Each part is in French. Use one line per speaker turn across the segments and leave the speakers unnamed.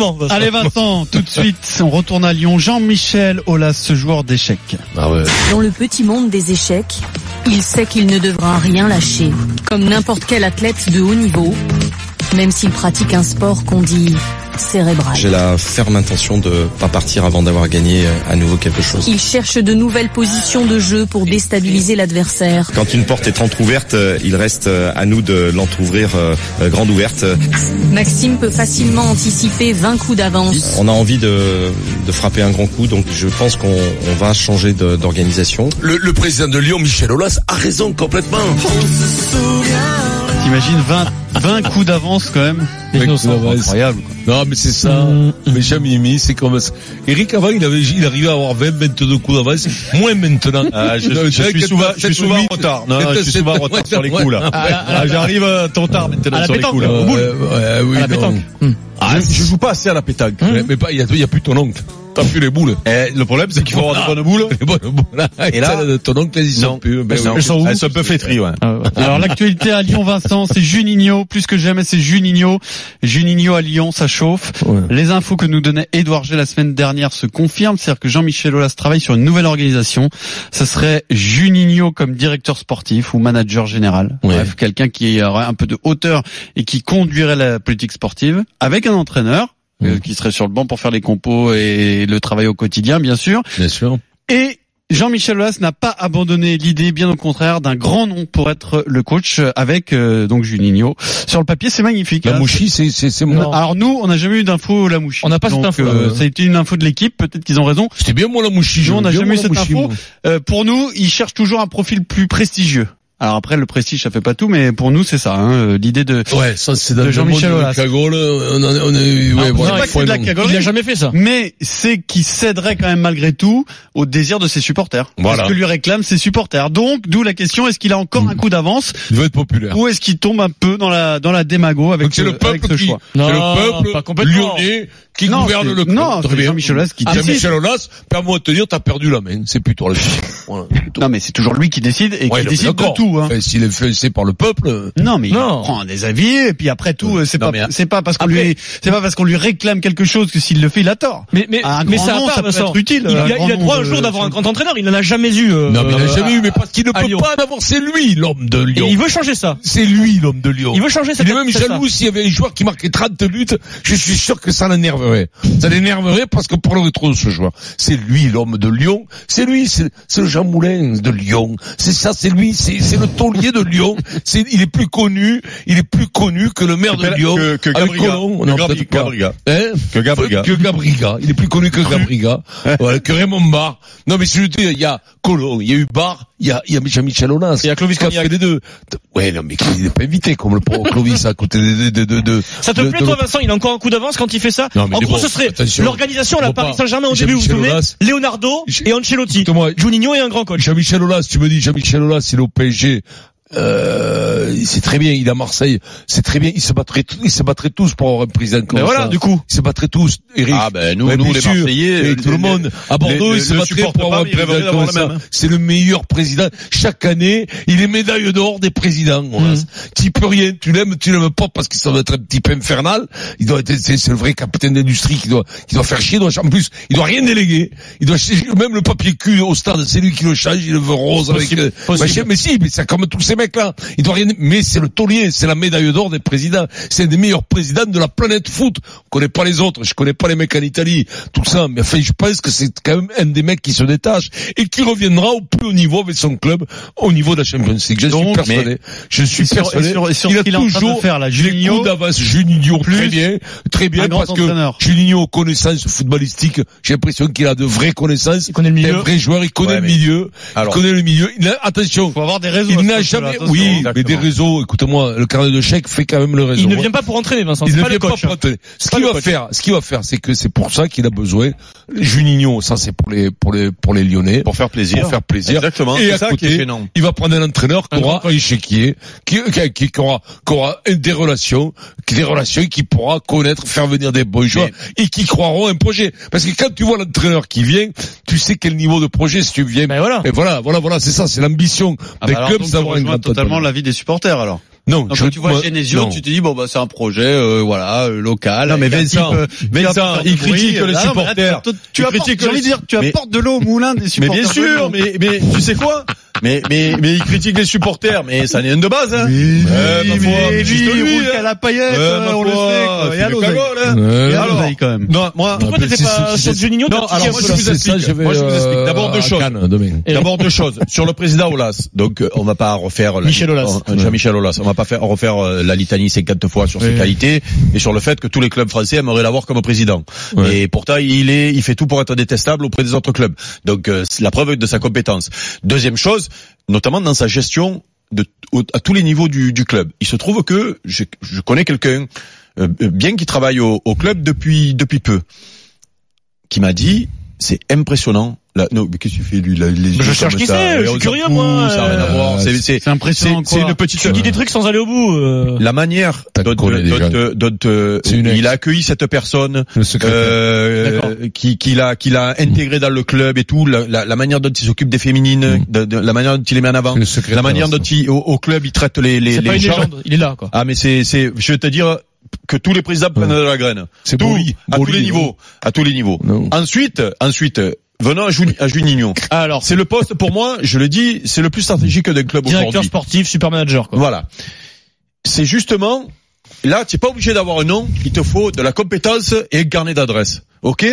Bon, Vincent.
Allez Vincent, tout de suite, on retourne à Lyon. Jean-Michel Aulas, ce joueur d'échecs.
Ah ouais.
Dans le petit monde des échecs, il sait qu'il ne devra rien lâcher, comme n'importe quel athlète de haut niveau, même s'il pratique un sport qu'on dit cérébral.
J'ai la ferme intention de pas partir avant d'avoir gagné euh, à nouveau quelque chose.
Il cherche de nouvelles positions de jeu pour déstabiliser l'adversaire.
Quand une porte est entrouverte, euh, il reste euh, à nous de l'entrouvrir euh, euh, grande ouverte.
Maxime peut facilement anticiper 20 coups d'avance.
On a envie de, de frapper un grand coup, donc je pense qu'on on va changer de- d'organisation.
Le, le président de Lyon, Michel Aulas, a raison complètement.
T'imagines 20, 20 coups d'avance quand même Incroyable. quoi.
Non, mais c'est ça.
Mm.
Méchant Mimi, c'est comme ça. Eric, avant, il avait, il arrivait à avoir 20, 22 coups d'avance. Moins maintenant.
Ah, je,
Non,
je suis
t'inquiète
souvent,
pas,
je suis souvent en
7,
retard. Non, je suis
7,
souvent en retard sur les coups là.
ouais.
Ah, J'arrive euh, trop tard maintenant
À la
sur les
pétanque,
coups là.
au
Ouais,
Au bout.
ouais, oui,
À
non.
la pétanque.
Ah, je, je joue pas assez à la pétanque. Mais, mais pas, il y a, il y a plus ton oncle. T'as plus les boules.
Mm.
Ah.
Eh, le problème, c'est qu'il faut avoir de bonnes boules.
Les bonnes boules. Et
là,
là, ton oncle, ils
non.
sont plus. Ben
Elles
oui.
sont Bah Elles sont un peu flétries, ouais.
Alors l'actualité à Lyon, Vincent, c'est Juninho. Plus que jamais, c'est Juninho. Juninho à Lyon, ça chauffe.
Ouais.
Les infos que nous donnait Edouard G la semaine dernière se confirment. C'est-à-dire que Jean-Michel Aulas travaille sur une nouvelle organisation. Ce serait Juninho comme directeur sportif ou manager général.
Ouais.
Bref, quelqu'un qui aurait un peu de hauteur et qui conduirait la politique sportive avec un entraîneur. euh,
Ouais.
qui serait sur le banc pour faire les compos et le travail au quotidien, bien sûr.
Bien sûr.
Et Jean-Michel Aulas n'a pas abandonné l'idée, bien au contraire, d'un grand nom pour être le coach avec euh, donc Juninho. Sur le papier, c'est magnifique.
La
hein.
mouchie, c'est, c'est, c'est
Non.
moi.
Alors nous, on n'a jamais eu d'info la mouche.
On n'a pas cette
Donc,
info,
euh,
ouais.
C'était une info de l'équipe. Peut-être qu'ils ont raison.
C'était bien moi la mouchie.
Nous,
j'aime
on n'a
bien,
jamais
moi,
eu
la
cette
mouchie,
info.
moi.
Euh, pour nous, ils cherchent toujours un profil plus prestigieux. Alors après, le prestige, ça fait pas tout, mais pour nous, c'est ça. hein, euh, L'idée de.
Ouais, ça c'est dans
De
le
Jean-Michel
monde de
Aulas.
cagole, on a, on a eu, ouais,
Alors,
voilà,
c'est pas que
faut
c'est de la
un nom.
cagolerie,
jamais fait ça.
mais c'est qui céderait quand même malgré tout au désir de ses supporters.
Voilà.
Parce que lui réclament ses supporters. Donc, d'où la question est-ce qu'il a encore un coup d'avance
Il veut être populaire.
Ou est-ce qu'il tombe un peu dans la dans la démago avec,
Donc c'est
ce-
le
avec
peuple
ce
qui,
choix
c'est
Non,
le
pas
peuple
complètement.
lyonnais qui
Non,
gouverne
c'est-
le club.
non,
Très
c'est
bien.
Jean-Michel Aulas qui
Ah,
décide.
Jean-Michel Aulas, perds-moi de te dire, t'as perdu la main. C'est plus toi le chef. Voilà.
Non mais c'est toujours lui qui décide et
Ouais,
qui
non,
décide de
d'accord.
tout. Hein.
Enfin, S'il est influencé par le peuple, euh,
Non mais
Non.
il prend des avis et puis après tout euh, c'est
Non,
pas
mais,
c'est pas parce qu'on
après-
lui c'est pas parce qu'on lui réclame quelque chose que s'il le fait il a tort.
Mais, mais,
Un
mais
grand
ça, à
nom,
part,
ça peut
Vincent.
être utile,
Il,
un
il a,
grand
il a
nom
droit un
de-
jour d'avoir un grand entraîneur. Il n'en a jamais eu. euh,
non, mais il n'a
euh,
jamais
à-
eu, mais parce qu'il ne
à
peut
Lyon.
pas l'avoir, c'est lui, l'homme de
Et
Lyon.
il veut changer ça.
C'est lui, l'homme de Lyon.
Il veut changer ça.
Il est même
c'est ça.
jaloux s'il y avait un joueur qui marquait 30 buts, je suis sûr que ça l'énerverait. Ça l'énerverait parce que pour le rétro ce joueur, c'est lui l'homme de Lyon, c'est lui, c'est c'est le Jean Moulin de Lyon, c'est ça, c'est lui, c'est c'est le taulier de Lyon, c'est il est plus connu, il est plus connu que le maire de
Que-
Lyon,
que- que
avec
Gabriga.
Colomb,
Que
non,
Gabri-
peut-être pas.
Gabriga.
Hein
Que Gabriga.
que Gabriga. Il est plus connu que Gabriga. Voilà, que Raymond Barr. Non, mais si je dis, il y a Colomb, il y a eu Barr, il y a, il y a Jean-Michel Aulas.
Il y a Clovis
Qui a
Cognac.
fait les deux. Ouais, non, mais il n'est pas invité, comme le pauvre Clovis, à côté de, de, de, de-
Ça te
de-
plaît,
de
toi,
l'autre.
Vincent Il a encore un coup d'avance quand il fait ça
Non, mais
En
dis
gros,
bon,
ce serait
attention.
l'organisation,
Faut
la
pas.
Paris Saint-Germain au début, vous vous
Jean-Michel
souvenez
Aulas.
Leonardo
Je-
et Ancelotti.
Écoute-moi,
Juninho est un grand coach.
Jean-Michel Aulas, tu me dis, Jean-Michel Aulas, il est au PSG. Euh, c'est très bien, il est à Marseille. C'est très bien, il se battrait, il se battrait tous pour avoir une présidente comme
Mais voilà,
ça.
du coup.
Il se battrait tous, Eric.
Ah ben nous,
Ouais,
nous
bien
les
sûr.
Marseillais,
Et
euh,
tout le
les-
monde. À Bordeaux,
les-
il se
le
battrait
supportent
pour avoir un
pas, mais ils rêveraient
président
d'avoir
comme
la
ça.
même.
C'est le meilleur président. Chaque année, il est médaille d'or des présidents.
Mhm.
Voilà. Tu peux rien. Tu l'aimes, tu l'aimes pas parce qu'il s'en doit être un petit peu infernal. Il doit être, c'est c'est le vrai capitaine d'industrie qui doit, qui doit faire chier. il doit- en plus, il doit rien déléguer. Il doit, même le papier cul au stade, c'est lui qui le change. Il le veut rose avec,
Possible,
euh,
possible.
machin. mais si, mais c'est comme tous ces mecs-là. Il doit rien, mais c'est le taulier, c'est la médaille d'or des présidents. C'est un des meilleurs présidents de la planète foot. On connaît pas les autres, je connais pas les mecs en Italie, tout ça, mais enfin, je pense que c'est quand même un des mecs qui se détache et qui reviendra au plus haut niveau avec son club, au niveau de la Champions League. Je suis
Donc,
persuadé. Je suis
et sur-
persuadé.
et sur- et sur
il
ce
a
qu'il est en train de
toujours
faire, là,
des
Juninho,
coups d'avance. Juninho,
plus
très bien, très bien,
un grand
parce que
entraîneur.
Juninho, connaissance footballistique, j'ai l'impression qu'il a de vraies connaissances.
Il connaît le
C'est
milieu.
un vrai joueur, il connaît
Ouais,
le
mais-
milieu,
Alors.
il connaît le milieu. Il a- attention,
Faut avoir des réseaux. à
il
ce
n'a
poste-là,
jamais,
attention.
oui, mais des
Exactement.
réseaux, écoutez-moi, le carnet de chèques fait quand même le réseau. hein.
Il ne vient pas pour entraîner, Vincent.
Il
C'est
ne
pas le
vient pas
coach. hein.
pour entraîner. Ce
pas
qu'il
le
va
coach.
faire, ce qu'il va faire, c'est que c'est pour ça qu'il a besoin, Juninho, ça c'est pour les, pour les, pour les Lyonnais,
Pour faire plaisir.
pour faire plaisir.
Exactement.
Hein,
Et
C'est
à
ça qui
côté,
est gênant.
il va prendre un entraîneur qui
Un
aura un échiquier, qui, euh, qui, qui- qui aura, qui aura des relations, qui- des relations qui pourra connaître, faire venir des bons joueurs et qui croiront un projet. Parce que quand tu vois l'entraîneur qui vient, tu sais quel niveau de projet si tu viens.
Ben voilà.
Et voilà, voilà, voilà, c'est ça, c'est l'ambition
Ah bah
des
alors,
clubs
donc,
d'avoir
tu
un
rejoins
grand
totalement
entraîneur.
l'avis des supporters alors.
Non,
Donc,
je
quand tu vois
moi,
Genesio,
non.
tu te dis bon bah c'est un projet euh, voilà euh, local.
Non, mais
avec un
Vincent,
type, euh, qui va
Vincent,
faire du
il
bruit,
critique
euh,
les
là, mais là, tu-
supporters.
Tu
Il
apportes,
critique
j'ai
les-
envie de dire, tu
Mais-
apportes de l'eau au moulin des
Mais
supporters.
bien sûr, mais, mais tu sais quoi mais, mais, mais il critique les supporters, mais ça n'est une de base. Hein.
Oui,
Euh,
Ouais, ma
Euh, mais
foi,
lui,
juste
il
lui,
roule
hein.
qu'à la paillette,
Ouais,
euh,
ma
on le sait.
foi,
quoi. Et
c'est
à
le
l'oseille.
cagole, hein.
Et
Euh,
à l'oseille, quand même.
Non, moi,
Pourquoi t'étais pas sur Juninho
Non,
t'as
alors
tiré
moi
un
je
peu
vous
la-
explique. moi
euh,
euh,
je vous explique. D'abord deux choses. D'abord deux choses sur le président Olas. Donc euh, on va pas refaire la-
Michel Aulas.
Euh, Jean-Michel Aulas. On va pas faire refaire euh, la litanie 50 fois sur ses qualités et sur le fait que tous les clubs français aimeraient l'avoir comme président.
Ouais.
Et pourtant il est il fait tout pour être détestable auprès des autres clubs. Donc euh, c'est la preuve de sa compétence. Deuxième chose, notamment dans sa gestion de au- à tous les niveaux du, du club. Il se trouve que je, je connais quelqu'un euh, bien qui travaille au, au club depuis depuis peu qui m'a dit c'est impressionnant. Là, non, mais qu'est-ce que tu fais lui là, les
je
yeux
cherche
comme
qui
ça,
c'est,
mais
je suis
on s'en
curieux,
fout,
moi,
Ça a rien à
euh,
voir. C'est c'est
C'est impressionnant,
c'est- c'est
quoi.
une petite
Tu dis des trucs sans aller au bout. euh.
la manière
T'as
dont
collé déjà.
dont- euh, dont, euh,
C'est une ex.
il a accueilli cette personne
Le secrétaire.
euh,
D'accord.
qui qui l'a qui l'a intégré dans le club et tout la, la- la manière dont il s'occupe des féminines de- de- la manière dont il les met en avant
Mm. le secrétaire.
la manière dont il au, au club il traite les les,
C'est pas
les
une
gens.
légende, il est là quoi.
ah mais c'est c'est je vais te dire que tous les présidents prennent de la graine
C'est
tout
Boli.
à tous
Boli,
les
non
niveaux Eh à tous les niveaux
Non.
ensuite ensuite euh, venons à, Juni- à Juninho
Alors,
c'est le poste pour moi je le dis c'est le plus stratégique d'un club
directeur
aujourd'hui
sportif, super manager quoi.
voilà. C'est justement, là, tu n'es pas obligé d'avoir un nom, il te faut de la compétence et un carnet d'adresse. Ok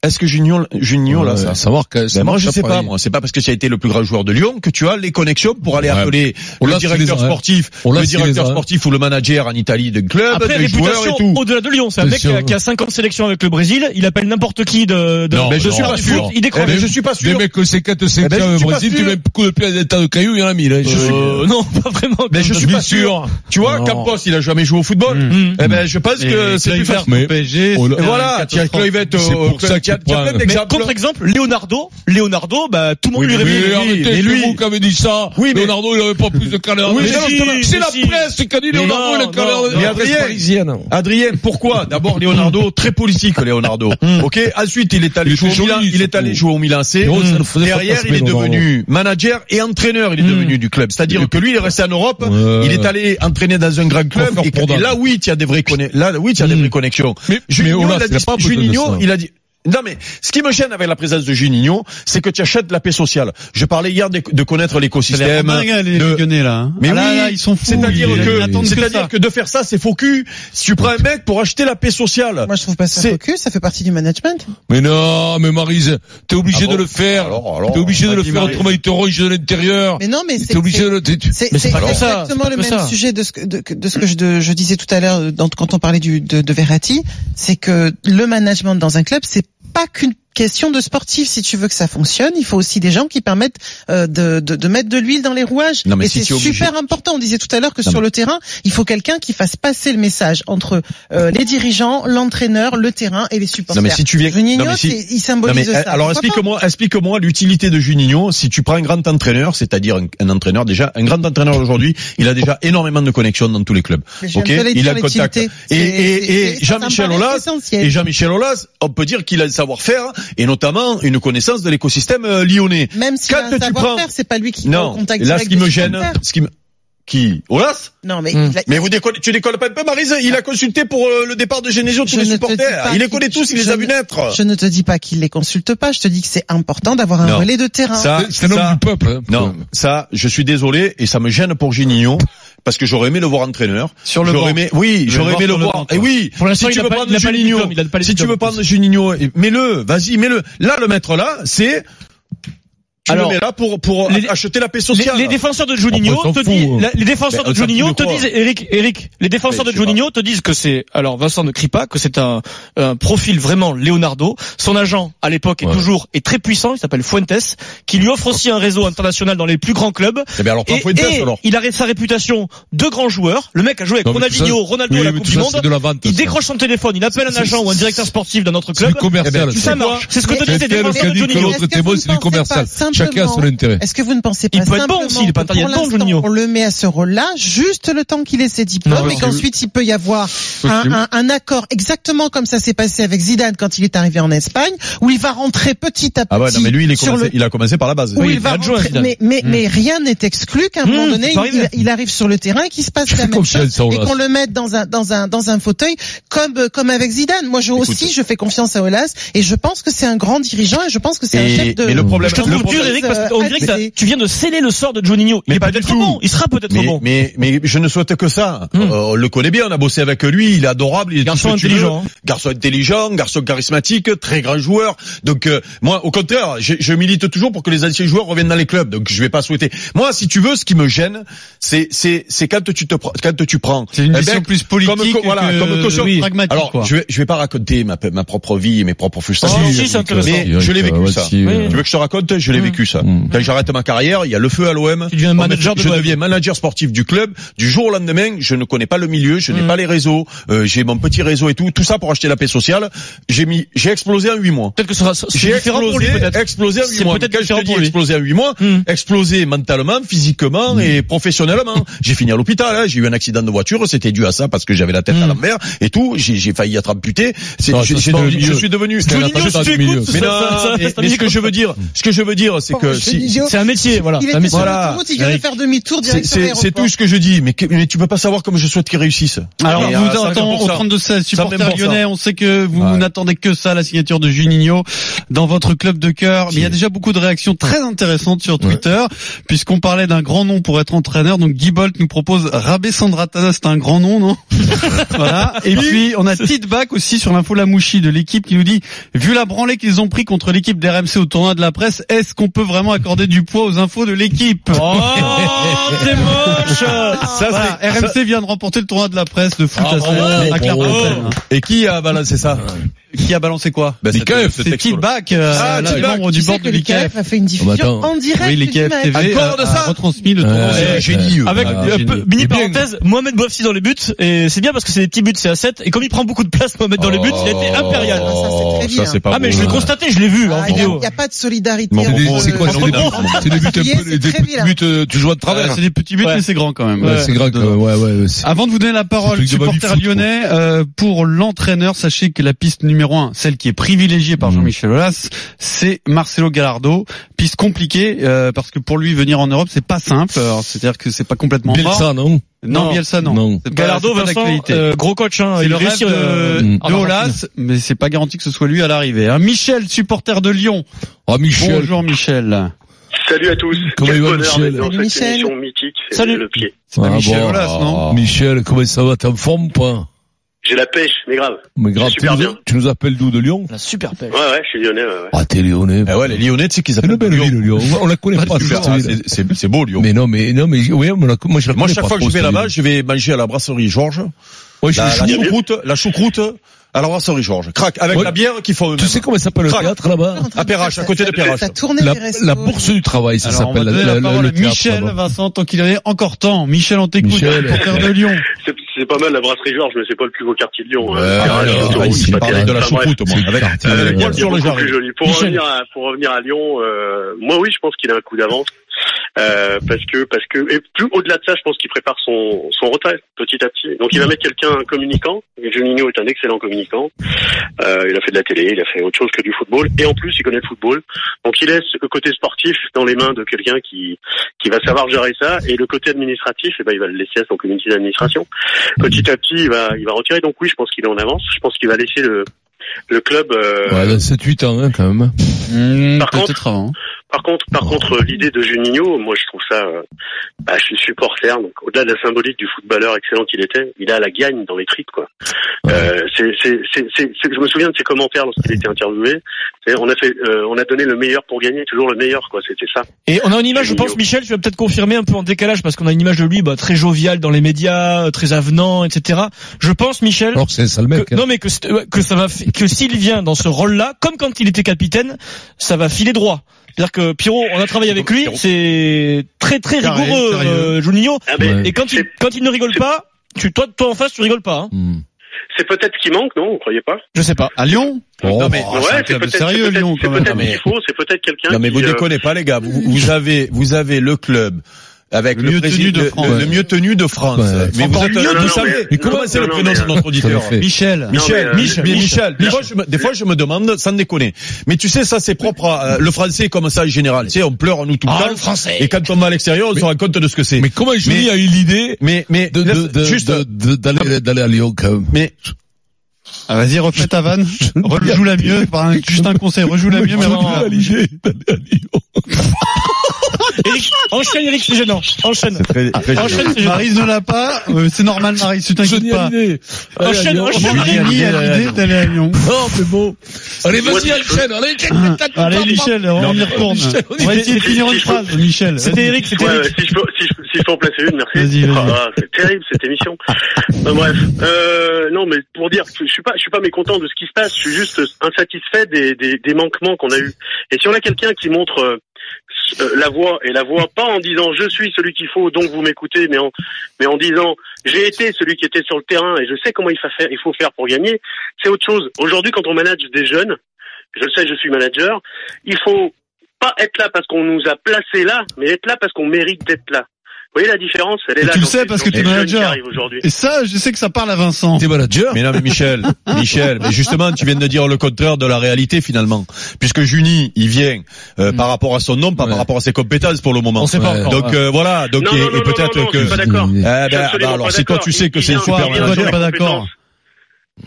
Est-ce que Junior, Junior là, ça
Savoir que.
ben moi je sais pas moi, c'est pas parce que tu as été le plus grand joueur de Lyon que tu as les connexions pour aller
Ouais.
appeler
On
le
l'a, c'est
directeur
les- ouais.
sportif,
On l'a,
le
c'est les-
directeur
ouais.
sportif ou le manager en Italie de club,
Après,
des joueurs et
réputation
tout.
au-delà de Lyon, c'est un
C'est
mec qui
sûr.
a, qui a 50 sélections avec le Brésil, il appelle n'importe qui de, de
Non,
de
mais je
faire
suis pas
du
sûr.
foot, il décroche.
Eh ben, je suis pas
Des
sûr.
mecs que c'est 4 5
ben, je
au
suis pas
Brésil, tu
sûr.
mets un coup de pied à des tas de cailloux, il y en a mis là. Je suis-
Euh, non, pas vraiment.
Mais je suis pas sûr. Tu vois,
Non. Mm.
Campos, il a jamais joué au football.
Mmh.
Eh ben, je pense que c'est plus facile.
Mais-
PSG.
Oh là-
Et Voilà,
tiens,
tiens, Kluivert au
C'est pour
au club.
ça qu'il
Tiens,
prend-
tiens, plein
Mais
Mais
d'exemples.
contre exemple, Leonardo, Leonardo, bah tout le monde
Oui,
lui
mais
révèle.
arrêtez,
mais
c'est
lui-
vous qui avez dit ça.
Oui, mais-
Leonardo, il avait pas plus de calendrier.
Oui,
Mais
mais
non,
si,
c'est la-
mais
c'est la
si.
presse qui a dit
Mais
Leonardo,
non,
il a
non,
calendrier.
non,
La
non,
presse
Adrien.
parisienne.
Adrien, pourquoi D'abord Leonardo, très politique Leonardo. ok. Ensuite, il est allé
Hmm. Il
jouer au
était
Milan.
joli,
Il est allé
surtout.
jouer au Milan C.
Héros, ça ne faisait pas
Derrière,
passer,
il est
Leonardo.
devenu manager et entraîneur. Il est
Mm.
devenu du club. C'est-à-dire que lui, il est resté en Europe.
Ouais.
Il est allé entraîner dans un grand club.
Offert
Et,
pour
et
dingue.
là, oui, tu as des vraies conne- Là, oui, tu as des vraies connexions.
Mais- mais
Juninho,
Olas,
il a
il a
dit.
pas besoin de
Juninho,
ça.
il a dit. Non mais ce qui me gêne avec la présence de Juninho, c'est que tu achètes la paix sociale. Je parlais hier de, de connaître
C'est
l'écosystème,
dingue, hein, les
de-
Lyonnais, là. hein.
mais
Ah là,
oui,
là, ils sont fous.
C'est-à-dire
ils- ils
que,
attendent que
c'est-à-dire
ça.
que de faire ça, c'est faux cul. Si tu prends un mec pour acheter la paix sociale.
Moi, je trouve pas ça
C'est-
focus, ça fait partie du management.
Mais non, mais Marise, t'es obligé
Ah bon
de le faire.
Alors, alors,
t'es obligé
on
de
a
le
dit
faire,
Maryse.
autrement il te ronge de l'intérieur.
Mais non, mais c'est
T'es obligé de le... t'es- tu-
c'est-
Mais c'est
c'est
pas que ça,
exactement
c'est
le
pas que
même
ça.
sujet de ce que, de, que- de ce que je, de- je disais tout à l'heure euh, dans- quand on parlait du, de, de Verratti, c'est que le management dans un club, c'est pas qu'une question de sportif. Si tu veux que ça fonctionne, il faut aussi des gens qui permettent euh, de, de, de mettre de l'huile dans les rouages.
Non, mais
Et
si
c'est
tu es obligé-
super important. On disait tout à l'heure que
Non,
sur
mais-
le terrain, il faut quelqu'un qui fasse passer le message entre euh, les dirigeants, l'entraîneur, le terrain et les supporters.
Non, mais si tu viens-
Juninho,
Non, mais si-
c'est- il
Non, mais,
symbolise
euh,
ça.
alors
Pourquoi pas
explique-moi, explique-moi l'utilité de Juninho. Si tu prends un grand entraîneur, c'est-à-dire un, un entraîneur déjà, un grand entraîneur aujourd'hui, il a déjà énormément de connexions dans tous les clubs.
Mais je
Ok,
viens de te le
il
dire,
a le contact. Et,
l'utilité. C'est-
et,
c'est-
et
ça, ça me
Jean-Michel
paraît
Aulas,
essentiel.
et Jean-Michel Aulas, on peut dire qu'il a le savoir-faire et notamment une connaissance de l'écosystème euh, lyonnais.
Même si
Quand
a un
tu prends-
savoir-faire, c'est pas lui qui est en
Non,
contact
là ce
direct
qui
des
me gêne,
supporters.
ce qui me, qui, Aulas?
Non, mais,
Hmm.
il a-
Mais vous décollez, tu décolles pas un peu, Marise Il a consulté pour euh, le départ de Genesio tous
Je
les
ne te dis
supporters.
pas
Il les
qu'il-
connaît tous, il
je
les a
ne-
vus naître.
je ne te dis pas qu'il les consulte pas. Je te dis que c'est important d'avoir un
Non.
relais de terrain.
Ça,
C'est un homme
ça-
du peuple. hein.
non, ça, je suis désolé et ça me gêne pour Gignon parce que j'aurais aimé le voir entraîneur.
Sur le
J'aurais
banc.
aimé,
Je
oui,
vais
j'aurais
le
aimé le
voir sur le
voir.
banc,
Et
toi.
oui,
Pour l'instant,
si
il
tu
a
veux
pas-
prendre
il a pas les
Gigno,
diplômes, il a pas les
si tu
diplômes,
veux prendre Gigno, et- mets-le, vas-y, mets-le. Là, le mettre là, c'est tu
Alors,
le mets là pour pour
les-
acheter la paix
Les,
sociale.
les défenseurs de
Après,
Juninho
on s'en
te
fout,
disent,
hein.
la- les défenseurs
Mais
de
on s'en fout
Juninho
de
te
quoi
disent, Eric, Eric, les défenseurs
Mais
de
je sais pas.
Juninho te disent que c'est, alors Vincent ne crie pas, que c'est un, un profil vraiment Leonardo. Son agent, à l'époque,
Ouais.
est toujours, est très puissant, il s'appelle Fuentes, qui lui offre aussi un réseau international dans les plus grands clubs.
Eh bien alors pas
Et,
Fuentes
et
alors.
il a sa réputation de grand joueur. Le mec a joué avec
Non, mais tout
Ronaldinho,
ça-
Ronaldo
Oui,
à la
mais
Coupe
tout
du
ça,
Monde.
c'est de la vente.
Il
ça.
décroche son téléphone, il appelle un
C'est-
agent ou un directeur sportif d'un autre
C'est du
club. Eh ben,
commercial.
Tout ça
c'est quoi
marche. C'est ce que te
Mais-
disaient
C'était
des
le
défenseurs de
caddie que
Juninho.
l'autre était bon, c'est du commercial. chacun a son intérêt.
Est-ce que vous ne pensez pas
Il peut être
simplement
bon aussi, il est pas
que pour
interdit d'être bon,
l'instant,
Juninho.
on le met à ce rôle-là, juste le temps qu'il ait ses
Non,
diplômes,
non,
et qu'ensuite il peut y avoir un,
Possible.
un- un accord exactement comme ça s'est passé avec Zidane quand il est arrivé en Espagne, où il va rentrer petit à petit
Ah ouais, non, mais lui, il, est
sur
commencé,
le
il a commencé par la base.
où
Oui,
il va
adjoint,
rentrer-
Zidane.
mais, mais, mais rien n'est exclu qu'à un
Mmh,
moment donné,
c'est pas
il,
arrivé.
il arrive sur le terrain et qu'il se passe
Je
la
fais
même chose
confiance à
et
Olas.
qu'on le mette dans un, dans un, dans un fauteuil comme, euh, comme avec Zidane. Moi, je aussi, je fais confiance à Olas et je pense que c'est un grand dirigeant et je pense que c'est un
Et-
chef de...
mais le problème-
Je te
le
trouve
problème-
dur, Eric, parce qu'on
euh,
dirait que ça-
mais-
tu viens de sceller le sort de Juninho. Il
Mais
est
pas du
peut-être
tout.
bon, il sera peut-être
Mais,
bon.
mais, mais je ne souhaite que ça.
Hmm.
Euh, on le connaît bien, on a bossé avec lui, il est adorable, il est
Garçon
tout ce que tu
intelligent,
veux.
hein.
Garçon intelligent, garçon charismatique, très grand joueur. Donc euh, moi, au contraire, je, je milite toujours pour que les anciens joueurs reviennent dans les clubs. Donc je vais pas souhaiter. Moi, si tu veux, ce qui me gêne, c'est c'est c'est quand tu te pr- quand tu prends.
C'est une
Eh ben,
vision plus politique
comme co- voilà,
que
comme caution.
oui, pragmatique.
Alors
quoi.
je vais je vais pas raconter ma ma propre vie et mes propres frustrations.
Oh, si, c'est intéressant.
Mais je l'ai vécu, ça. Tu veux que je te raconte Je l'ai
Mm.
vécu ça. Quand j'arrête ma carrière, il y a le feu à l'OM.
Tu deviens
On me-
manager de
Je
l'OM.
deviens manager sportif du club. Du jour au lendemain, je ne connais pas le milieu,
Hmm.
je n'ai pas les réseaux, euh, j'ai mon petit réseau et tout. Tout ça pour acheter la paix sociale. J'ai mis, j'ai explosé en huit mois.
Peut-être que ce sera c'est
J'ai
différent pour lui,
explosé,
peut-être.
explosé en
C'est
huit mois.
peut-être
Quand je
différent
te dis
pour lui.
explosé en huit mois,
Mm.
explosé mentalement, physiquement et professionnellement. J'ai fini à l'hôpital, hein. j'ai eu un accident de voiture, c'était dû à ça parce que j'avais la tête à l'envers et tout. J'ai j'ai failli être amputé. C'est-
Non,
j'ai-
ça, c'est
j'ai
pas le
devenu- Je
milieu.
suis devenu.
C'était un
Juninho,
attentat
si
du
tu
milieu.
écoutes,
Mais
ça-
non,
ça- ça-
mais-
mais ce que je veux dire, ce que je veux dire, c'est que
Pauvre
si,
Juninho.
C'est un métier, voilà.
Il
c'est un
était
métier.
sur
Voilà.
l'autoroute, il devait
Eric,
faire demi-tour
c'est-
direction
c'est c'est
l'aéroport.
tout ce que je dis, mais, que- mais tu peux pas savoir comme je souhaite qu'ils réussissent.
Alors,
Et, euh,
vous
ça,
attend
comme
au
ça.
32 16 supporters
même pour ça.
lyonnais, on sait que vous
Ouais.
n'attendez que ça, la signature de Juninho dans votre club de cœur. Mais il y a déjà beaucoup de réactions très intéressantes sur Twitter, puisqu'on parlait d'un grand nom pour être entraîneur. Donc Guy Bolt nous propose Rabé Sandratana, c'est un grand nom, non Voilà. Et puis on a Tidback aussi sur l'info Lamouchi de l'équipe qui nous dit vu la branlée qu'ils ont pris contre l'équipe d'RMC au tournoi de la presse, est-ce qu'on peut vraiment accorder du poids aux infos de l'équipe
Oh,
Oh, c'est
Ah,
moche
Ça,
Voilà,
c'est-
RMC vient de remporter le tournoi de la presse de foot
Ah,
à, Saint-
bravo,
à
bravo.
Clairefontaine.
Et qui a balancé ça
Qui a balancé quoi
Ben,
Mais
cette-
quand même,
ce
C'est
texto-là.
Kidback, euh,
Ah,
le
Kidback.
membre
Tu
du
sais
board
que
de
le
l'IKF.
KF a fait une diffusion
attends.
en direct
Oui,
du
l'IKF
match.
TV
Encore de
a,
ça
a retransmis le tournoi.
Ouais.
C'est génieux.
Avec
Ah,
euh,
génial.
peu- mini
Et bien-
parenthèse, Mohamed Bouafsi dans les buts et c'est bien parce que c'est des petits buts, c'est à 7 et comme il prend beaucoup de place Mohamed dans les buts, il a été impérial.
Oh,
Ah, ça, c'est très
Ça,
bien.
c'est pas
Ah mais
beau.
je l'ai constaté, je l'ai vu en
Ah, Il n'y
vidéo.
a, pas de solidarité.
Bon,
C'est
entre-
des- C'est quoi C'est des buts C'est des buts
Marseillais,
un peu,
c'est
des
très vilain.
buts, euh, tu joues de
Ah,
travers.
C'est des petits buts,
Ouais.
mais c'est grand quand même.
Ouais, C'est grave. euh, Ouais, ouais, ouais. c'est-
Avant de vous donner la parole,
C'est le truc de Bobby
supporter
Foot, quoi.
lyonnais, euh, pour l'entraîneur, sachez que la piste numéro un, celle qui est privilégiée
Mm.
par Jean-Michel Aulas, c'est Marcelo Gallardo. Piste compliquée euh, parce que pour lui venir en Europe, c'est pas simple. Alors, C'est-à-dire que c'est pas complètement mort.
Bielsa, non
Non,
Non.
Bielsa non.
Non.
C'est pas-
Bah, Gallardo,
c'est pas
Vincent,
d'actualité.
euh, gros coach, hein,
C'est
il
le rêve
réussit euh,
de,
en
de
Argentine.
Olas, mais c'est pas garanti que ce soit lui à l'arrivée. hein. Michel, supporter de Lyon.
Ah, Michel.
Bonjour Michel.
Salut à tous.
Comment
Quel
il va,
bonheur
Michel
d'être dans cette
Michel.
émission mythique. C'est
Salut.
le pied.
C'est pas
Ah,
Michel
bon.
Aulas, non
Michel, comment ça va T'es en forme ou pas
J'ai la pêche, mais grave.
Mais grave, tu
Super
nous,
bien.
tu nous appelles d'où De Lyon
La super pêche.
Ouais, ouais, je suis lyonnais. ouais, ouais.
Ah, t'es lyonnais.
Eh ouais, les Lyonnais, tu sais qu'ils
C'est
appellent
une belle
Lyon.
ville, Lyon. On la connaît pas,
Super,
cette
ah,
ville.
c'est- c'est- C'est beau Lyon.
Mais non, mais non, mais oui, mais la- moi je la
Moi,
connais
chaque
pas
fois que
trop,
je vais
cette
là-bas,
ville.
je vais manger à la brasserie Georges.
Ouais, je
La,
suis
la
chaud.
choucroute, la choucroute à la brasserie Georges. Crac, avec
Ouais.
la bière qu'ils font eux-mêmes.
Tu sais comment s'appelle le
Crac.
théâtre là-bas
en train
À Perrache,
faire
à côté
ça.
de Perrache.
Ça tournait
la,
les restos.
la bourse du travail, ça
Alors on va
s'appelle la,
donner la,
la-
parole
le
à
théâtre,
Michel
là-bas.
Vincent, tant qu'il est encore temps. Michel, on t'écoute,
Michel.
supporter de Lyon.
C'est c'est pas mal la brasserie Georges, mais c'est pas le plus beau quartier de Lyon.
Ouais,
hein. Garage,
ouais, ouais, Ah,
autoroute,
ouais,
c'est
il
pas
parlait
terrible.
de la
Enfin, bref,
choucroute, moi. Avec,
Quartier, il y a
avec poil
Euh, il y a
sur le
beaucoup
jardin.
plus joli. Pour
Michel.
revenir à, pour revenir à Lyon, euh, moi oui, je pense qu'il a un coup d'avance. Euh, parce que, parce que, et plus au-delà de ça, je pense qu'il prépare son, son retrait petit à petit. Donc il va
Mm.
mettre quelqu'un un communicant. Et Juninho est un excellent communicant. Euh, il a fait de la télé, il a fait autre chose que du football. Et en plus, il connaît le football. Donc il laisse le côté sportif dans les mains de quelqu'un qui, qui va savoir gérer ça. Et le côté administratif, eh ben, il va le laisser à son comité d'administration. Petit à petit, il va, il va retirer. Donc oui, je pense qu'il est en avance. Je pense qu'il va laisser le, le club, euh,
Ouais, dans 7-8 ans, hein, quand même. Mmh,
Hmm,
Par
Peut-être avant.
par contre, par contre, euh, l'idée de Juninho, moi je trouve ça, euh, bah, je suis supporter, donc au-delà de la symbolique du footballeur excellent qu'il était, il a la gagne dans les tripes quoi. Euh, c'est, c'est, c'est, c'est- c'est- je me souviens de ses commentaires lorsqu'il était interviewé. C'est- On a fait, euh, on a donné le meilleur pour gagner, toujours le meilleur quoi. C'était ça.
Et on a une image, je pense, Michel, tu vas peut-être confirmer un peu en décalage parce qu'on a une image de lui bah, très jovial dans les médias, euh, très avenant, etc. Je pense, Michel,
Alors que c'est ça le mec.
que-
hein.
non mais que c'est- ouais, que ça va fi- que s'il vient dans ce rôle-là, comme quand il était capitaine, ça va filer droit. C'est-à-dire que Pierrot, on a travaillé avec lui, c'est très très
Carré,
rigoureux,
sérieux.
euh, Juninho.
Ah, mais
Ouais.
Et quand il quand il ne rigole pas, tu toi toi en face tu rigoles pas. hein.
Hmm.
c'est peut-être ce qui manque, non Vous croyez pas
Je sais pas.
À Lyon
Oh,
Non mais
c'est un
ouais, c'est
club
peut-être
sérieux,
c'est peut-être-
Lyon,
c'est
quand même.
peut-être
Non, mais-
ce qu'il faut, c'est peut-être quelqu'un
Non mais
qui,
vous
euh,
déconnez pas les gars. Vous, vous avez vous avez le club avec
Le
le,
mieux tenu
président
de
le-
France.
le, le mieux tenu de France.
Ouais.
Mais vous
Encore
êtes
mieux,
un-
non,
vous
non,
savez-
mais-
mais comment
non,
c'est
non,
le prénom
mais- euh,
de notre auditeur
Tout à fait.
Michel.
Non,
Michel,
mais, euh,
Michel,
mais-
Michel, des fois, je me, des fois, je me demande, sans déconner. Mais tu sais, ça, c'est propre à, euh, le français est comme ça, en général. Tu sais, on pleure, nous,
Ah.
tout le temps.
français.
Et quand on va à l'extérieur, on se rend compte de ce que c'est.
Mais comment Julie
Ah. Mais-
a eu l'idée
Mais, mais,
de, de,
laisse-
de,
juste, euh,
de- de- d'aller, d'aller à Lyon, quand même?
mais,
Ah, vas-y, refais ta vanne. Rejoue la mieux. par un- Juste un conseil. Rejoue la mieux, mais
Comment
rejoue
euh,
la
a eu l'idée d'aller à Lyon?
Eric, enchaîne Eric, Ah, c'est gênant. Enchaîne.
très, très
Enchaîne, c'est gênant.
Marise ne l'a pas. euh, c'est normal, Marise. Tu t'inquiètes
Johnny
pas.
Hallyday. Allez, à
Enchaîne,
Lyon.
enchaîne.
Julie a l'idée d'aller à Lyon.
Non, c'est bon. Allez, vas-y,
Moi,
enchaîne. Allez,
Allez, Michel, on y retourne.
Michel, on y
On va essayer de finir une phrase, Michel.
C'était Eric, c'était
Ouais,
Eric.
ouais, Euh, si, je peux, si, je, si je peux en placer une, merci.
Vas-y, vas-y.
Ah, c'est terrible cette émission. Euh, bref, euh, non mais pour dire, je suis pas, je suis pas mécontent de ce qui se passe. Je suis juste insatisfait des, des, des manquements qu'on a eu. Et si on a quelqu'un qui montre euh, euh, la voie et la voie pas en disant je suis celui qu'il faut donc vous m'écoutez, mais en mais en disant j'ai été celui qui était sur le terrain et je sais comment il faut faire, il faut faire pour gagner, c'est autre chose. Aujourd'hui, quand on manage des jeunes, je le sais, je suis manager, il faut pas être là parce qu'on nous a placés là, mais être là parce qu'on mérite d'être là. Vous voyez la différence Elle est
Et
là.
tu le
dans
sais
ces-
parce
dans
que t'es
ces jeunes
manager.
qui arrivent aujourd'hui.
Et ça, je sais que ça parle à Vincent.
T'es manager?
Mais non, mais Michel, Michel, mais justement, tu viens de dire le contraire de la réalité finalement, puisque Juni, il vient euh, par rapport à son nom, pas
Ouais.
par rapport à ses compétences pour le moment.
On sait pas
Ouais.
encore.
Donc euh, voilà, donc
Non,
et,
non,
et
non, non,
peut-être
non, non,
que.
je suis pas d'accord.
Eh ben,
Je suis
bah,
absolument
alors
pas
si toi
d'accord.
tu sais que
Il-
c'est
il
le
vient-
super
il vient
Toi, t'es
manager,
de-
pas d'accord.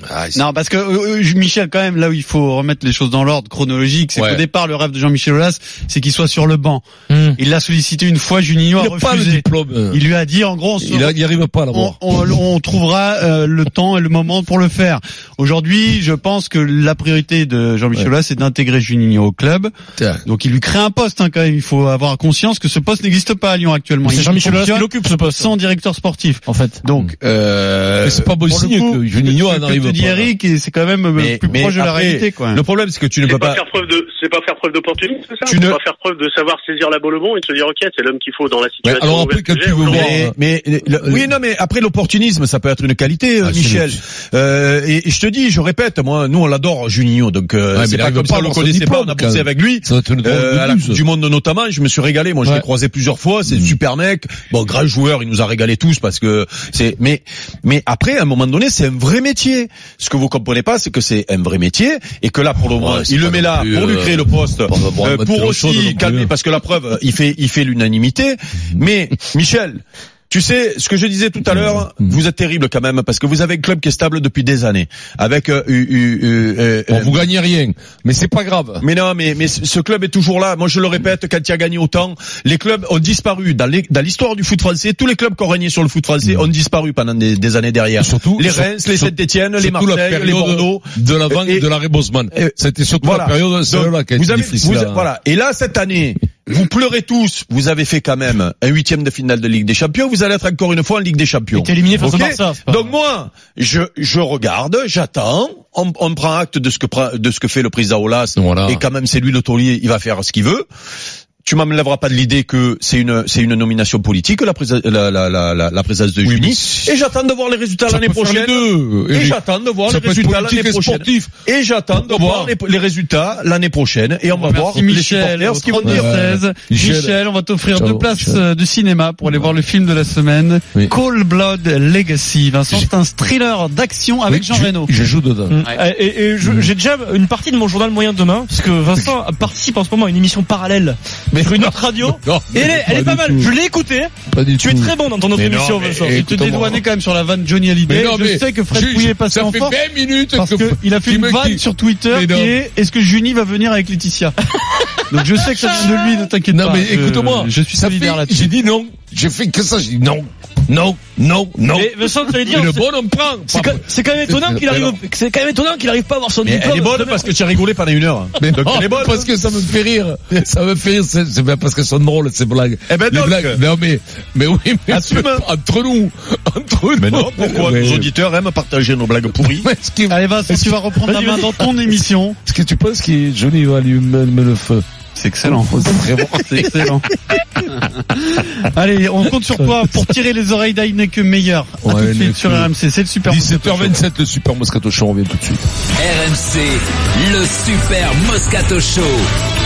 Ah, c'est-
Non, parce que euh, euh, Michel, quand même, là où il faut remettre les choses dans l'ordre chronologique, c'est
Ouais.
qu'au départ, le rêve de Jean-Michel Aulas, c'est qu'il soit sur le banc.
Hmm.
Il l'a sollicité une fois, Juninho a
il a pas le
refusé.
diplôme.
Il lui a dit, en gros, on, se-
Il a- il arrive pas à
on,
l'avoir.
on- on trouvera euh, le temps et le moment pour le faire. Aujourd'hui, je pense que la priorité de Jean-Michel Aulas, c'est d'intégrer Juninho au club.
Tiens.
Donc, il lui crée un poste, hein, quand même. Il faut avoir conscience que ce poste n'existe pas à Lyon actuellement.
C'est
Il
Jean-Michel Aulas qui
fonctionne
l'occupe ce poste,
sans directeur sportif.
en fait.
Donc, euh,
Mais c'est pas bon
pour le
signe
coup,
que Juninho
ce
en
que
arrive
te dit
pas.
Eric, et c'est quand même euh,
Mais-
plus
mais
proche de la
après,
réalité, quoi.
Le problème, c'est que tu ne
C'est
peux
pas,
pas.
faire preuve de, c'est pas faire preuve d'opportunisme, c'est ça
Tu
C'est
ne-
pas faire preuve de savoir saisir la balle au bon et de se dire ok, c'est l'homme qu'il faut dans la situation.
alors après,
nouvelle que
quand
j'ai,
tu veux
on
voir-
verra.
Mais, mais le- oui, non, mais après l'opportunisme, ça peut être une qualité, euh,
Ah, c'est
Michel.
le-
Euh, et, et je te dis, je répète, moi, nous on l'adore, Juninho. Donc euh,
Ouais, mais
c'est
il
pas
arrive
comme
pas
ça,
à
on le
avoir son
connaissait pas,
diplôme,
on a
quand
bossé
même.
avec lui.
Ça doit être une drôle
Euh,
de
à la
buse.
Coupe du Monde notamment, je me suis régalé. Moi, je
Ouais.
l'ai croisé plusieurs fois. C'est
Mm.
super mec. Bon, grand joueur, il nous a régalé tous parce que c'est. Mais mais après, à un moment donné, c'est un vrai métier. Ce que vous comprenez pas, c'est que c'est un vrai métier et que là, pour le moment,
c'est
il
pas
le met
non
là
plus,
pour lui
euh,
créer le poste,
pas- pas-
euh,
pas
pour
autre chose non
aussi
plus. Mm.
calmer parce que la preuve, il fait il fait l'unanimité. Mais Michel, tu sais, ce que je disais tout à l'heure,
Mm.
vous êtes terrible quand même parce que vous avez un club qui est stable depuis des années. Avec, euh, eu- eu- eu- euh,
Bon,
euh,
vous gagnez rien. Mais c'est pas grave.
mais non, mais mais ce ce club est toujours là. Moi, je le répète, quand il a gagné autant, les clubs ont disparu dans les- dans l'histoire du foot français. Tous les clubs qui ont régné sur le foot français ont disparu pendant des, des années derrière.
Mm. Surtout,
les
sur-
Reims, les
sur-
Saint-Etienne, les
surtout la
Marseille, les
période
Bordeaux.
de l'avant
Et-
et de l'arrêt Bosman.
et-
C'était surtout
Voilà.
la période,
Donc,
celle-là qui a
vous
été
avez,
difficile. hein.
vous-
à-
voilà. Et là, cette année, vous pleurez tous. Vous avez fait quand même un huitième de finale de Ligue des Champions. Vous allez être encore une fois en Ligue des Champions.
T'es éliminé face
Ok
à Barça. c'est pas-
Donc moi, je, je regarde, j'attends, on, on prend acte de ce que, pre- de ce que fait le président Aulas,
Voilà.
et quand même c'est lui le taulier, il va faire ce qu'il veut. Tu m'enlèveras pas de l'idée que c'est une c'est une nomination politique la présence la la la, la, la présence de
Oui, mais
Juni
c'est-
et j'attends de voir les résultats
Ça
l'année
peut faire les
prochaine
deux,
et
Eric.
j'attends de voir
Ça
les
peut être
résultats
politique
l'année
et
prochaine
sportif.
et j'attends de
On va
voir
voir.
les, les résultats l'année prochaine et on va voir
Merci
les
Michel,
supporters
au
ce qu'ils vont dire
32-16.
Michel.
euh, Michel, on va t'offrir
Ciao,
deux places
Michel.
euh, de cinéma pour aller voir le film de la semaine,
Oui.
Cold Blood Legacy. Vincent, c'est un thriller d'action avec
Oui,
Jean
je-
Reno.
Je joue dedans.
Euh, Et, et je- j'ai déjà une partie de mon journal moyen demain, parce que Vincent participe en ce moment à une émission parallèle sur une autre radio.
Non,
Et elle est, elle est pas
du
mal,
tout.
je l'ai écouté.
Pas du
Tu es
tout.
très bon dans ton autre
Mais non,
émission,
mais
Vincent.
écoute,
Tu te dédouanais quand même sur la vanne Johnny Hallyday.
non,
je sais que Fred
je-
Pouillet est passé
ça
en
fait
force
20 minutes
parce
que
qu'il a fait
qui
une
me
vanne
dit-
sur Twitter
Mais
qui
non.
est Est-ce que Junie va venir avec Laetitia Donc je sais que ça vient de lui, ne t'inquiète pas.
Non, mais
je-
écoute-moi.
euh, Je suis
ça
solidaire
fait-
là-dessus.
J'ai dit non. J'ai fait que ça. J'ai dit non. Non. Non. Non.
Mais Vincent, tu l'as dit,
Et
on-
le
c'est-
bon, on prend.
c'est quand, c'est quand même étonnant qu'il arrive, c'est quand même étonnant qu'il arrive pas à avoir son
mais
diplôme.
elle est bonne parce que tu as rigolé pendant une heure
Mais
Donc,
non,
elle est bonne.
Ah, parce que ça me fait rire. Ça me fait rire, c'est c'est bien parce qu'elles sont drôles, ces blagues.
Eh ben
Les
donc.
blagues. Non, mais, mais oui, mais
Assume.
c'est entre nous. Entre nous.
mais non pourquoi
Mais-
nos auditeurs aiment partager nos blagues pourries
mais ce qui-
Allez Vincent, tu vas reprendre la main dans ton émission.
Est-ce que tu penses que Johnny va lui me- me le feu
C'est excellent. C'est excellent. Allez, on compte sur toi pour tirer les oreilles d'Heineken meilleur. À
Ouais,
tout de
Heineken.
suite sur RMC. C'est le super.
17h27, le Super Moscato Show, on revient tout de suite.
RMC, le Super Moscato Show.